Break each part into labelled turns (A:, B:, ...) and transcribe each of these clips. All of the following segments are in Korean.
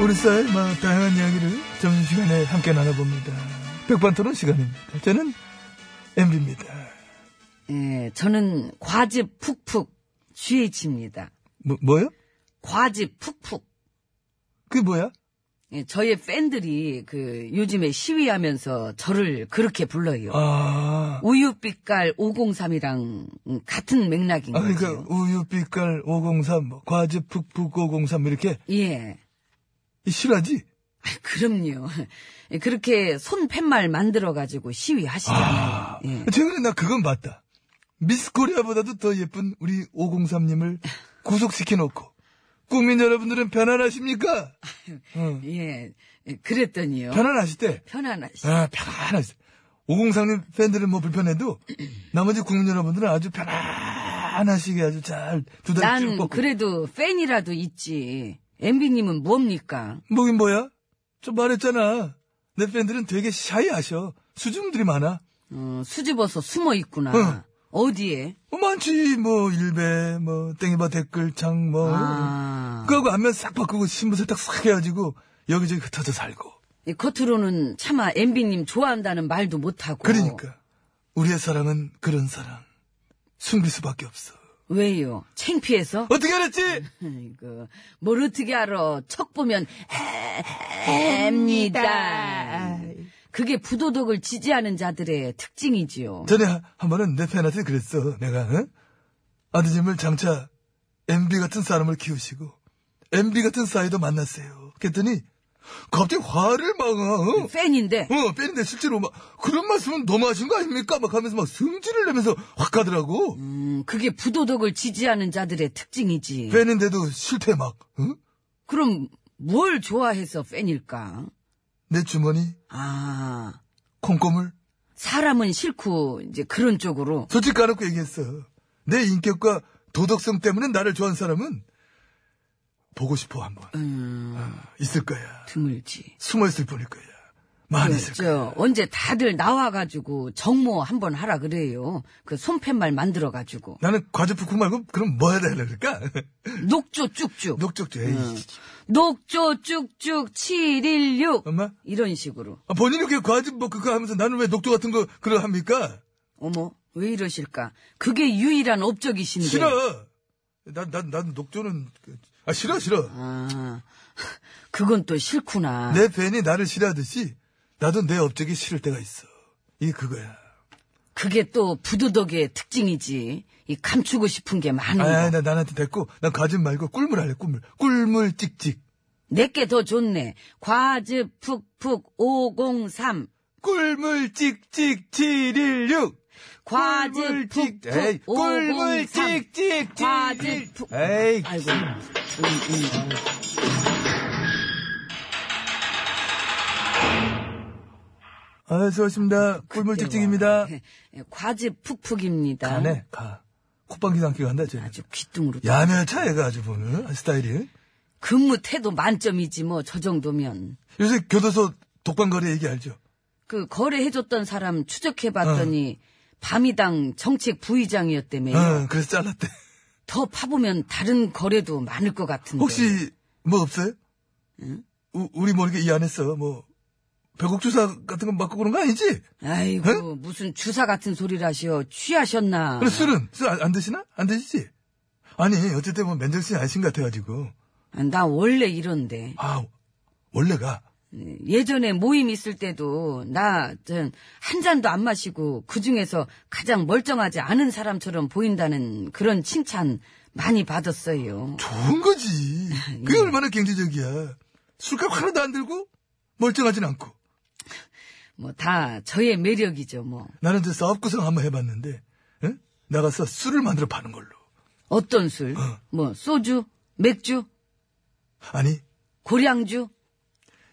A: 우리 사회 막 다양한 이야기를 점심시간에 함께 나눠봅니다. 백반토론 시간입니다. 저는 MB입니다.
B: 예, 저는 과즙 푹푹 GH입니다.
A: 뭐, 뭐요?
B: 과즙 푹푹.
A: 그게 뭐야?
B: 예, 저의 팬들이 그 요즘에 시위하면서 저를 그렇게 불러요.
A: 아,
B: 우유빛깔 503이랑 같은 맥락인
A: 아,
B: 거죠.
A: 그러니까 우유빛깔 503, 뭐, 과즙 푹푹 503 이렇게
B: 예.
A: 이 실화지?
B: 아, 그럼요. 예, 그렇게 손 팻말 만들어가지고 시위하시잖아요. 예.
A: 최근에 나 그건 봤다. 미스 코리아보다도 더 예쁜 우리 503님을 구속시켜놓고 국민 여러분들은 편안하십니까? 응.
B: 예. 예, 그랬더니요.
A: 편안하실 때
B: 편안하시.
A: 아, 편안하시죠. 오공상님 팬들은 뭐 불편해도 나머지 국민 여러분들은 아주 편안하시게 아주 잘 두 달 쭉
B: 난
A: 뻗고.
B: 그래도 팬이라도 있지. MB님은 뭡니까?
A: 뭐긴 뭐야? 좀 말했잖아. 내 팬들은 되게 샤이하셔. 수줍음들이 많아.
B: 어, 수줍어서 숨어 있구나.
A: 응.
B: 어디에?
A: 뭐 많지. 뭐 일배, 뭐 땡이바 댓글창 뭐.
B: 아.
A: 그거하고 안면 싹 바꾸고 신부 세탁 싹 해가지고 여기저기 흩어져 살고.
B: 이 겉으로는 차마 MB님 좋아한다는 말도 못하고.
A: 그러니까 우리의 사랑은 그런 사랑. 숨길 수밖에 없어.
B: 왜요? 창피해서?
A: 어떻게 알았지?
B: 이거, 뭘 어떻게 알아. 척 보면, 합니다. 그게 부도덕을 지지하는 자들의 특징이지요.
A: 전에 하- 한 번은 내 팬한테 그랬어. 내가 응? 아드님을 장차 MB 같은 사람을 키우시고 MB 같은 사이도 만났어요. 그랬더니 갑자기 화를 막아. 어?
B: 그 팬인데,
A: 어, 팬인데 실제로 막 그런 말씀은 너무하신 거 아닙니까? 막 하면서 막 승질을 내면서 확 가더라고.
B: 음, 그게 부도덕을 지지하는 자들의 특징이지.
A: 팬인데도 실패 막. 응?
B: 그럼, 뭘 좋아해서 팬일까?
A: 내 주머니
B: 아,
A: 콩고물
B: 사람은 싫고, 이제 그런 쪽으로.
A: 솔직히 까놓고 얘기했어. 내 인격과 도덕성 때문에 나를 좋아하는 사람은 보고 싶어 한번
B: 음,
A: 있을 거야.
B: 드물지.
A: 숨어 있을 뿐일 거야.
B: 네,
A: 많이 있을 거야.
B: 저 언제 다들 나와가지고 정모 한번 하라 그래요. 그 손팻말 만들어가지고
A: 나는 과즙푸쿠 말고 그럼 뭐 해야 되니까?
B: 녹조 쭉쭉
A: 녹적지. 에이, 진짜.
B: 녹조 쭉쭉 716
A: 엄마?
B: 이런 식으로
A: 아, 본인이 이렇게 과즙 뭐 그거 하면서 나는 왜 녹조 같은 거 그걸 합니까?
B: 어머 왜 이러실까? 그게 유일한 업적이신데.
A: 싫어. 난 난 난 녹조는 그- 아 싫어 싫어.
B: 아 그건 또 싫구나.
A: 내 팬이 나를 싫어하듯이 나도 내 업적이 싫을 때가 있어. 이게 그거야.
B: 그게 또 부도덕의 특징이지. 이 감추고 싶은 게 많은 거.
A: 아나 네. 나한테 됐고 난 과즙 말고 꿀물 할래 꿀물 꿀물 찍찍
B: 내게 더 좋네. 과즙 푹푹 503
A: 꿀물 찍찍 716
B: 과즙
A: 꿀물찍.
B: 푹푹
A: 에이, 꿀물찍, 찍, 찍.
B: 과즙 푹
A: 에이
B: 아이고 음, 음.
A: 아 수고하십니다 꿀물 찍찍입니다.
B: 예, 과즙 푹푹입니다
A: 가네 가 콧방귀도 안끼고 간다 쟤
B: 아주 귀뚱으로
A: 야멸차 얘가 아주 보는 스타일이
B: 근무 태도 만점이지 뭐 저 정도면
A: 요새 교도소 독방거리 얘기 알죠
B: 그 거래해줬던 사람 추적해봤더니 밤이당 정책 부의장이었다며
A: 응 그래서 잘랐대
B: 더 파보면 다른 거래도 많을 것 같은데
A: 혹시 뭐 없어요? 예? 우, 우리 모르게 이 안에서 뭐 배곡주사 같은 거 맞고 그런 거 아니지?
B: 아이고 무슨 주사 같은 소리를 하시오 취하셨나
A: 그래 술은 술 안 드시나? 안 드시지? 아니 어쨌든 뭐 맨정신이 아니신 것 같아가지고
B: 나 원래 이런데.
A: 아, 원래가.
B: 예전에 모임 있을 때도 나 전 한 잔도 안 마시고 그 중에서 가장 멀쩡하지 않은 사람처럼 보인다는 그런 칭찬 많이 받았어요.
A: 좋은 거지. 그게 얼마나 경제적이야. 술값 하나도 안 들고 멀쩡하진 않고.
B: 뭐 다 저의 매력이죠, 뭐.
A: 나는 이제 사업 구성 한번 해봤는데 응? 나가서 술을 만들어 파는 걸로.
B: 어떤 술? 뭐 소주, 맥주,
A: 아니
B: 고량주,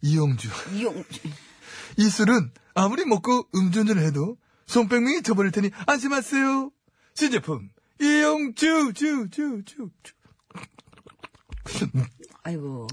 A: 이용주.
B: 이용주.
A: 이 술은 아무리 먹고 음주운전을 해도 손병명이 저버릴 테니 안심하세요. 신제품 이용주 주주주
B: 아이고.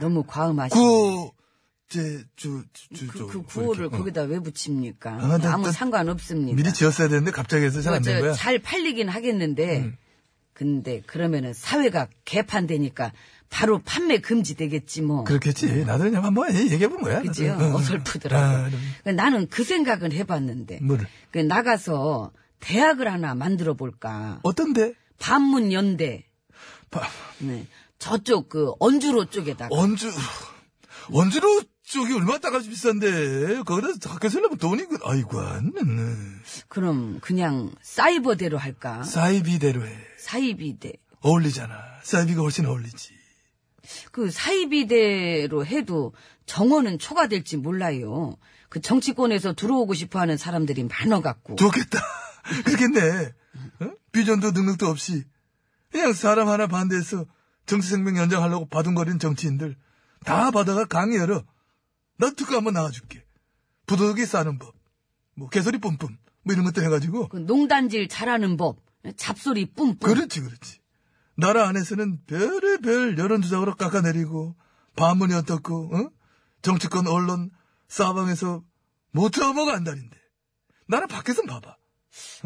B: 너무 과음하시네.
A: 구호 제주주주
B: 그, 그 구호를 거기다 왜 붙입니까?
A: 어. 아, 나-
B: 아무
A: 나-
B: 상관없습니다.
A: 미리 지었어야 되는데 갑자기 해서 잘 안그 된
B: 뭐
A: 음.
B: 저
A: 거야.
B: 잘 팔리긴 하겠는데, 근데 그러면은 사회가 개판되니까 바로 판매 금지 되겠지 뭐.
A: 그렇겠지. 나도 그냥 한번 얘기해 본 거야.
B: 그지요?
A: 응.
B: 어설프더라고.
A: 음. 아, 그럼
B: 나는 그 생각은 해봤는데,
A: 뭐를?
B: 그 나가서 대학을 하나 만들어 볼까.
A: 어떤데?
B: 반문연대.
A: 바-
B: 네. 저쪽 그 언주로 쪽에다가.
A: 원주 원주로 쪽이 얼마나 따가지 비싼데 거기다 학교 살려면 돈이 그 아이고 안 냈네.
B: 그럼 그냥 사이버대로 할까?
A: 사이비대로 해.
B: 사이비대.
A: 어울리잖아. 사이비가 훨씬 어울리지.
B: 그 사이비대로 해도 정원은 초과될지 몰라요. 그 정치권에서 들어오고 싶어 하는 사람들이 많아갖고.
A: 좋겠다. 그렇겠네. 어? 비전도 능력도 없이 그냥 사람 하나 반대해서 정치 생명 연장하려고 바둥거리는 정치인들 다 받아가 강의 열어. 나 특허 한번 나와줄게. 부도덕이 싸는 법, 뭐 개소리 뿜뿜 뭐 이런 것도 해가지고
B: 그 농단질 잘하는 법. 잡소리 뿜뿜.
A: 그렇지 그렇지. 나라 안에서는 별의별 여론조작으로 깎아내리고 반문이 어떻고 어? 정치권 언론 사방에서 못 처먹어 안달인데 나는 밖에서 봐봐.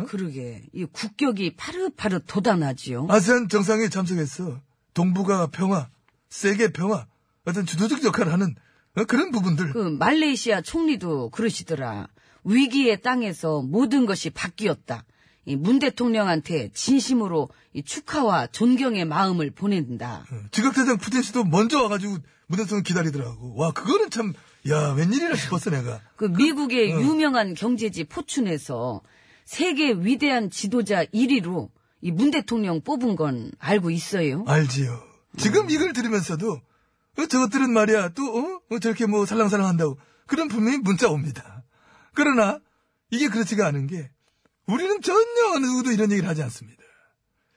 B: 그러게. 이 국격이 파릇파릇 돋아나지요.
A: 아세안 정상회의 참석했어. 동북아 평화, 세계 평화, 어떤 주도적 역할을 하는 어, 그런 부분들.
B: 그 말레이시아 총리도 그러시더라. 위기의 땅에서 모든 것이 바뀌었다. 이 문 대통령한테 진심으로 이 축하와 존경의 마음을 보낸다.
A: 어, 지각대장 푸틴 씨도 먼저 와가지고 문화성을 기다리더라고. 와, 그거는 참, 야, 웬일이라 싶었어, 내가.
B: 그 미국의 유명한 경제지 포춘에서 세계 위대한 지도자 1위로 이 문 대통령 뽑은 건 알고
A: 아.
B: 있어요. 음.
A: 알지요. 지금 이걸 들으면서도, 어, 저것들은 말이야, 또, 어? 어, 저렇게 뭐 살랑살랑 한다고. 그럼 분명히 문자 옵니다. 그러나, 이게 그렇지가 않은 게, 우리는 전혀 어느 누구도 이런 얘기를 하지 않습니다.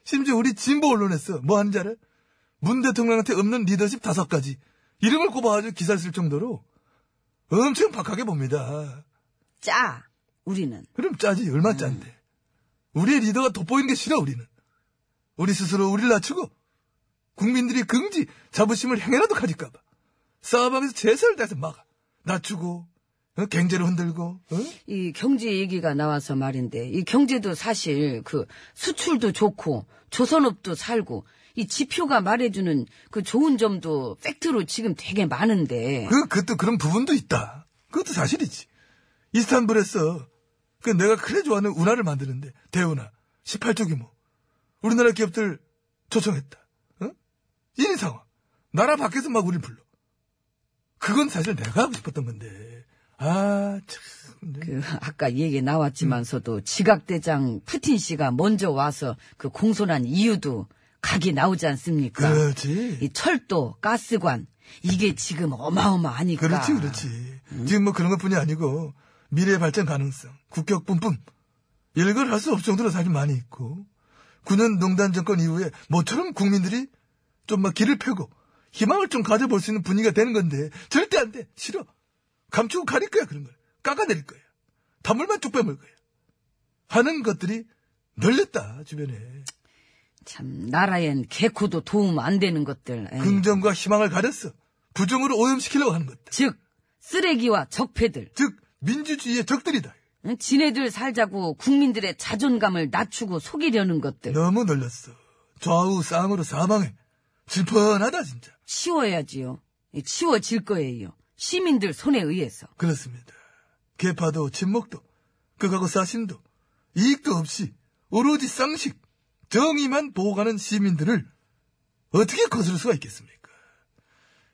A: 심지어 우리 진보 언론에서 뭐 하는지 알아요? 문 대통령한테 없는 리더십 다섯 가지. 이름을 꼽아가지고 기사를 쓸 정도로 엄청 박하게 봅니다.
B: 짜 우리는
A: 그럼 짜지 얼마 짠데 우리의 리더가 돋보이는 게 싫어 우리는 우리 스스로 우리를 낮추고 국민들이 긍지 자부심을 행해라도 가질까봐 싸움하면서 최선을 다해서 막아 낮추고 어? 경제를 흔들고 어?
B: 이 경제 얘기가 나와서 말인데 이 경제도 사실 그 수출도 좋고 조선업도 살고 이 지표가 말해주는 그 좋은 점도 팩트로 지금 되게 많은데
A: 그, 그것도 그런 부분도 있다 그것도 사실이지 이스탄불에서 그 내가 그래 좋아하는 운하를 만드는데 대운하 18조 규모 우리나라 기업들 초청했다 어? 이런 상황 나라 밖에서 막 우릴 불러 그건 사실 내가 하고 싶었던 건데 아참
B: 그 아까 얘기 나왔지만서도 지각대장 푸틴 씨가 먼저 와서 그 공손한 이유도 각이 나오지 않습니까?
A: 그렇지
B: 이 철도, 가스관 이게 지금 어마어마하니까.
A: 그렇지 그렇지 지금 뭐 그런 것뿐이 아니고 미래 발전 가능성 국격 뿜뿜 일걸 할 수 없을 정도로 사실 많이 있고 군은 농단 정권 이후에 모처럼 국민들이 좀 막 길을 펴고 희망을 좀 가져볼 수 있는 분위기가 되는 건데 절대 안 돼 싫어 감추고 가릴 거야 그런 걸 깎아내릴 거야 단물만 쭉 빼물 거야 하는 것들이 널렸다 주변에
B: 참 나라엔 개코도 도움 안 되는 것들. 예. 에이.
A: 긍정과 희망을 가렸어 부정으로 오염시키려고 하는 것들
B: 즉 쓰레기와 적폐들.
A: 즉 민주주의의 적들이다
B: 응? 지네들 살자고 국민들의 자존감을 낮추고 속이려는 것들.
A: 너무 놀랐어. 좌우 쌍으로 사망해. 질펀하다 진짜.
B: 치워야지요. 이 치워질 거예요. 시민들 손에 의해서.
A: 그렇습니다. 개파도 침묵도 극하고 사심도 이익도 없이 오로지 쌍식 정의만 보호하는 시민들을
C: 어떻게 거스를 수가 있겠습니까?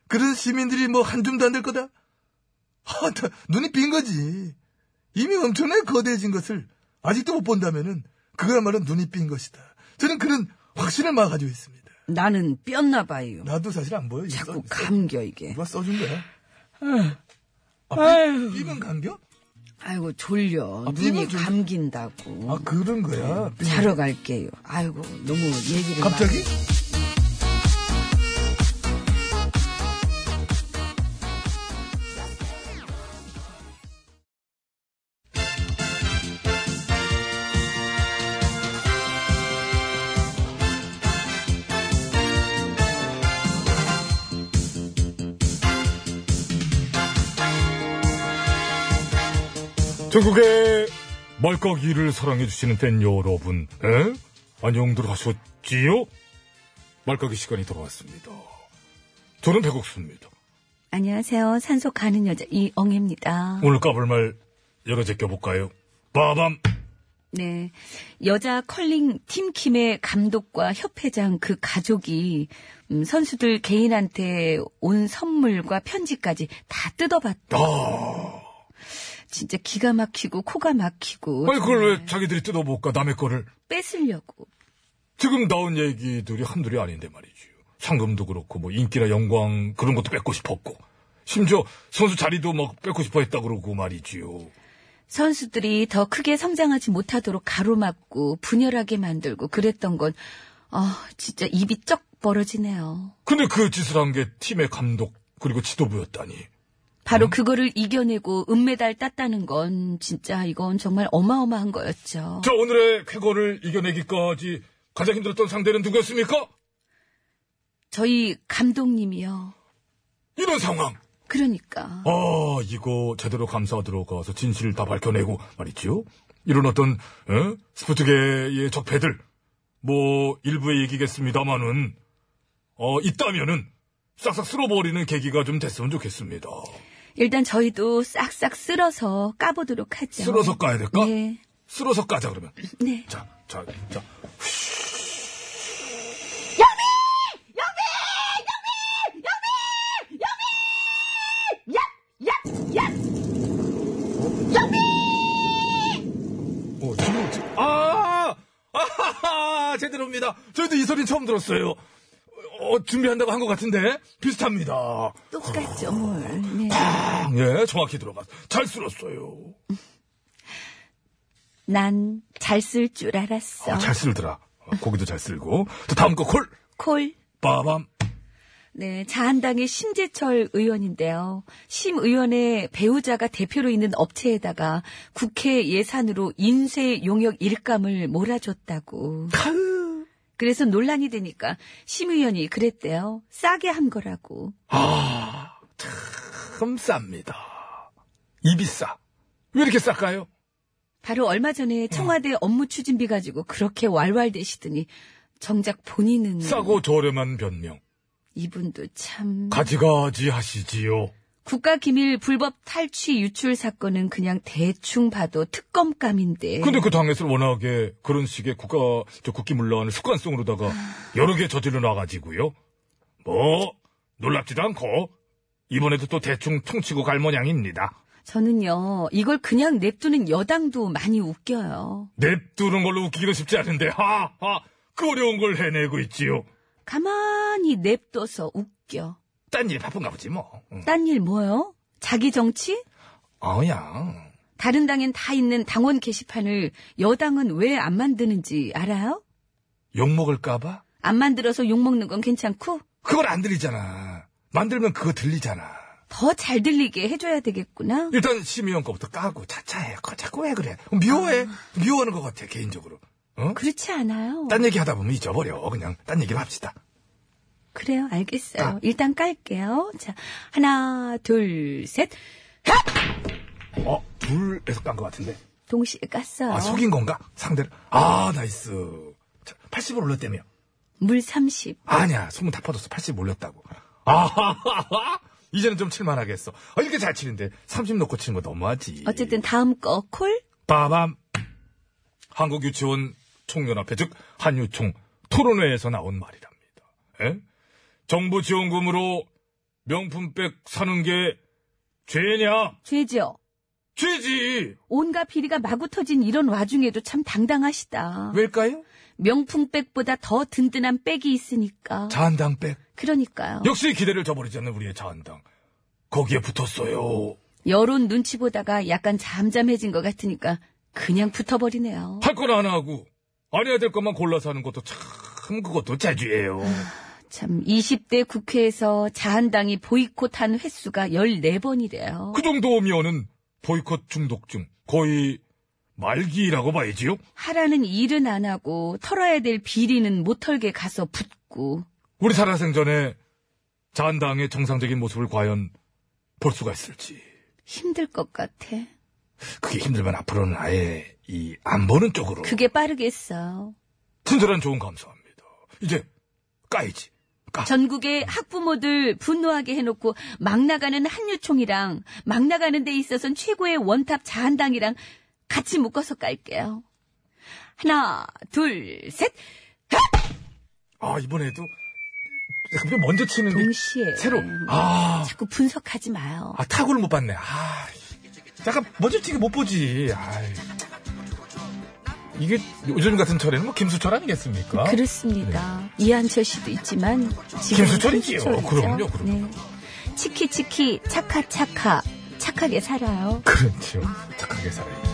C: 그래서 시민들이 뭐 한 줌도 안 될 거다? 하, 다 눈이 빈 거지. 이미 엄청나게 거대해진 것을 아직도 못 본다면은 그거야말로 눈이 빈 것이다. 저는 그런 확신을 막 가지고 있습니다.
D: 나는 뼈나 봐요.
C: 나도 사실 안 보여. 이거
D: 자꾸
C: 써-
D: 감겨 이게.
C: 누가 써준 거야? 아,
D: 아유.
C: 삐- 삐면 감겨?
D: 아이고 졸려.
C: 아,
D: 눈이
C: 삐면 졸려?
D: 감긴다고.
C: 아 그런 거야. 삐-
D: 자러 갈게요. 아이고 너무 얘기를
C: 갑자기?
A: 전국의 말까기를 사랑해주시는 팬 여러분, 에? 안녕들 하셨지요? 말까기 시간이 돌아왔습니다. 저는 백옥수입니다.
B: 안녕하세요. 산소 가는 여자 이엉입니다.
A: 오늘 까불 말 여러 제 껴볼까요? 빠밤!
B: 네. 여자 컬링 팀킴의 감독과 협회장 그 가족이 음, 선수들 개인한테 온 선물과 편지까지 다 뜯어봤다.
A: 아,
B: 진짜 기가 막히고 코가 막히고
A: 아니, 그걸 왜 자기들이 뜯어볼까, 남의 거를.
B: 뺏으려고.
A: 지금 나온 얘기들이 한둘이 아닌데 말이지요. 상금도 그렇고, 뭐, 인기나 영광, 그런 것도 뺏고 싶었고. 심지어 선수 자리도 막 뺏고 싶어 했다 그러고 말이지요.
B: 선수들이 더 크게 성장하지 못하도록 가로막고 분열하게 만들고 그랬던 건 아, 진짜 입이 쩍 벌어지네요.
A: 근데 그 짓을 한 게 팀의 감독, 그리고 지도부였다니. 음.
B: 바로 그거를 이겨내고 은메달 땄다는 건 진짜 이건 정말 어마어마한 거였죠.
A: 자, 오늘의 쾌거를 이겨내기까지 가장 힘들었던 상대는 누구였습니까?
B: 저희 감독님이요.
A: 이런 상황.
B: 그러니까
A: 아, 이거 제대로 감사 들어가서 진실을 다 밝혀내고 말이지요. 이런 어떤 에? 스포츠계의 적폐들, 뭐 일부의 얘기겠습니다만은 어, 있다면은 싹싹 쓸어버리는 계기가 좀 됐으면 좋겠습니다.
B: 일단 저희도 싹싹 쓸어서 까보도록 하죠.
A: 쓸어서 까야 될까?
B: 네.
A: 쓸어서 까자 그러면.
B: 네.
A: 자, 자, 자.
C: 어, 지금, 지금.
A: 아! 아하하! 제대로입니다. 저희도 이 소리는 처음 들었어요. 어, 준비한다고 한 것 같은데? 비슷합니다.
B: 똑같죠 뭘. 네.
A: 아, 예, 정확히 들어갔어. 잘 쓸었어요.
B: 난잘 쓸 줄 알았어.
A: 아, 잘 쓸더라. 어, 고기도 잘 쓸고. 또 다음 거 콜!
B: 콜.
A: 빠밤.
B: 네, 자한당의 심재철 의원인데요. 심 의원의 배우자가 대표로 있는 업체에다가 국회 예산으로 인쇄 용역 일감을 몰아줬다고. 그래서 논란이 되니까 심 의원이 그랬대요. 싸게 한 거라고.
A: 참 쌉니다. 입이 싸. 왜 이렇게 쌀까요?
B: 바로 얼마
A: 네.
B: 전에 청와대 업무 추진비 가지고 그렇게 왈왈대시더니 정작 본인은
A: 싸고 저렴한 변명.
B: 이분도 참
A: 가지가지 하시지요.
B: 국가기밀 불법 탈취 유출 사건은 그냥 대충 봐도 특검감인데
A: 근데 그 당에서 워낙에 그런 식의 국가, 저 국기문란을 습관성으로다가 여러 개 저질러 놔가지고요. 뭐, 놀랍지도 않고, 이번에도 또 대충 통치고 갈 모양입니다.
B: 저는요, 이걸 그냥 냅두는 여당도 많이 웃겨요.
A: 냅두는 걸로 웃기기는 쉽지 않은데, 하, 하, 그 어려운 걸 해내고 있지요.
B: 가만히 냅둬서 웃겨.
A: 딴 일 바쁜가 보지, 뭐. 응.
B: 딴 일 뭐요? 자기 정치?
A: 어야.
B: 다른 당엔 다 있는 당원 게시판을 여당은 왜 안 만드는지 알아요?
A: 욕먹을까봐?
B: 안 만들어서 욕먹는 건 괜찮고,
A: 그걸 안 들리잖아. 만들면 그거 들리잖아.
B: 더 잘 들리게 해줘야 되겠구나.
A: 일단 심의원 거부터 까고 차차해. 그거 자꾸 왜 그래. 미워해. 미워하는 것 같아, 개인적으로. 어?
B: 그렇지 않아요.
A: 딴 얘기 하다 보면 잊어버려. 그냥 딴 얘기로 합시다.
B: 그래요, 알겠어요.
A: 아.
B: 일단 깔게요. 자, 하나, 둘, 셋.
A: 어, 둘에서 깐 것 같은데.
B: 동시에 깠어요.
A: 아, 속인 건가? 상대를. 아, 나이스. 80을 올렸다며.
B: 물 30.
A: 아니야, 소문 다 퍼졌어. 80 올렸다고. 아하하하! 이제는 좀 칠만하겠어. 아, 이렇게 잘 치는데. 30 놓고 치는 거 너무하지.
B: 어쨌든 다음 거 콜?
A: 빠밤. 한국유치원 총연합회, 즉, 한유총 토론회에서 나온 말이랍니다. 예? 정부 지원금으로 명품백 사는 게 죄냐?
B: 죄죠.
A: 죄지!
B: 온갖 비리가 마구 터진 이런 와중에도 참 당당하시다.
A: 왜일까요?
B: 명품백보다 더 든든한 백이 있으니까.
E: 자한당백.
B: 그러니까요.
A: 역시 기대를 저버리지 않는 우리의 자한당. 거기에 붙었어요.
B: 여론 눈치 보다가 약간 잠잠해진 것 같으니까 그냥 붙어버리네요.
A: 할 건 안 하고, 안 해야 될 것만 골라서 하는 것도 참, 그것도 재주예요.
B: 참 20대 국회에서 자한당이 보이콧한 횟수가 14번이래요.
A: 그 정도면은 보이콧 중독증, 거의 말기라고 봐야지요?
B: 하라는 일은 안 하고 털어야 될 비리는 못 털게 가서 붙고
A: 우리 살아생전에 자한당의 정상적인 모습을 과연 볼 수가 있을지.
B: 힘들 것 같아.
A: 그게 힘들면 앞으로는 아예 이 안 보는 쪽으로.
B: 그게 빠르겠어.
A: 친절한 조언 감사합니다. 이제 까이지. 까.
B: 전국의 학부모들 분노하게 해놓고 막 나가는 한유총이랑 막 나가는 데 있어서는 최고의 원탑 자한당이랑 같이 묶어서 깔게요. 하나, 둘, 셋.
A: 아 이번에도 갑자기 먼저 치는 게
B: 동시에
A: 새로. 아,
B: 자꾸 분석하지 마요.
A: 아 타구를 못 봤네. 아 잠깐 먼저 치기 못 보지. 아이. 이게 요즘 같은 철에는 뭐 김수철 아니겠습니까? 네.
B: 그렇습니다. 이한철 씨도 있지만 지금
A: 김수철이지요. 그럼요, 그럼요.
B: 치키치키 차카차카 착하게 살아요.
A: 그렇죠. 착하게 살아야지.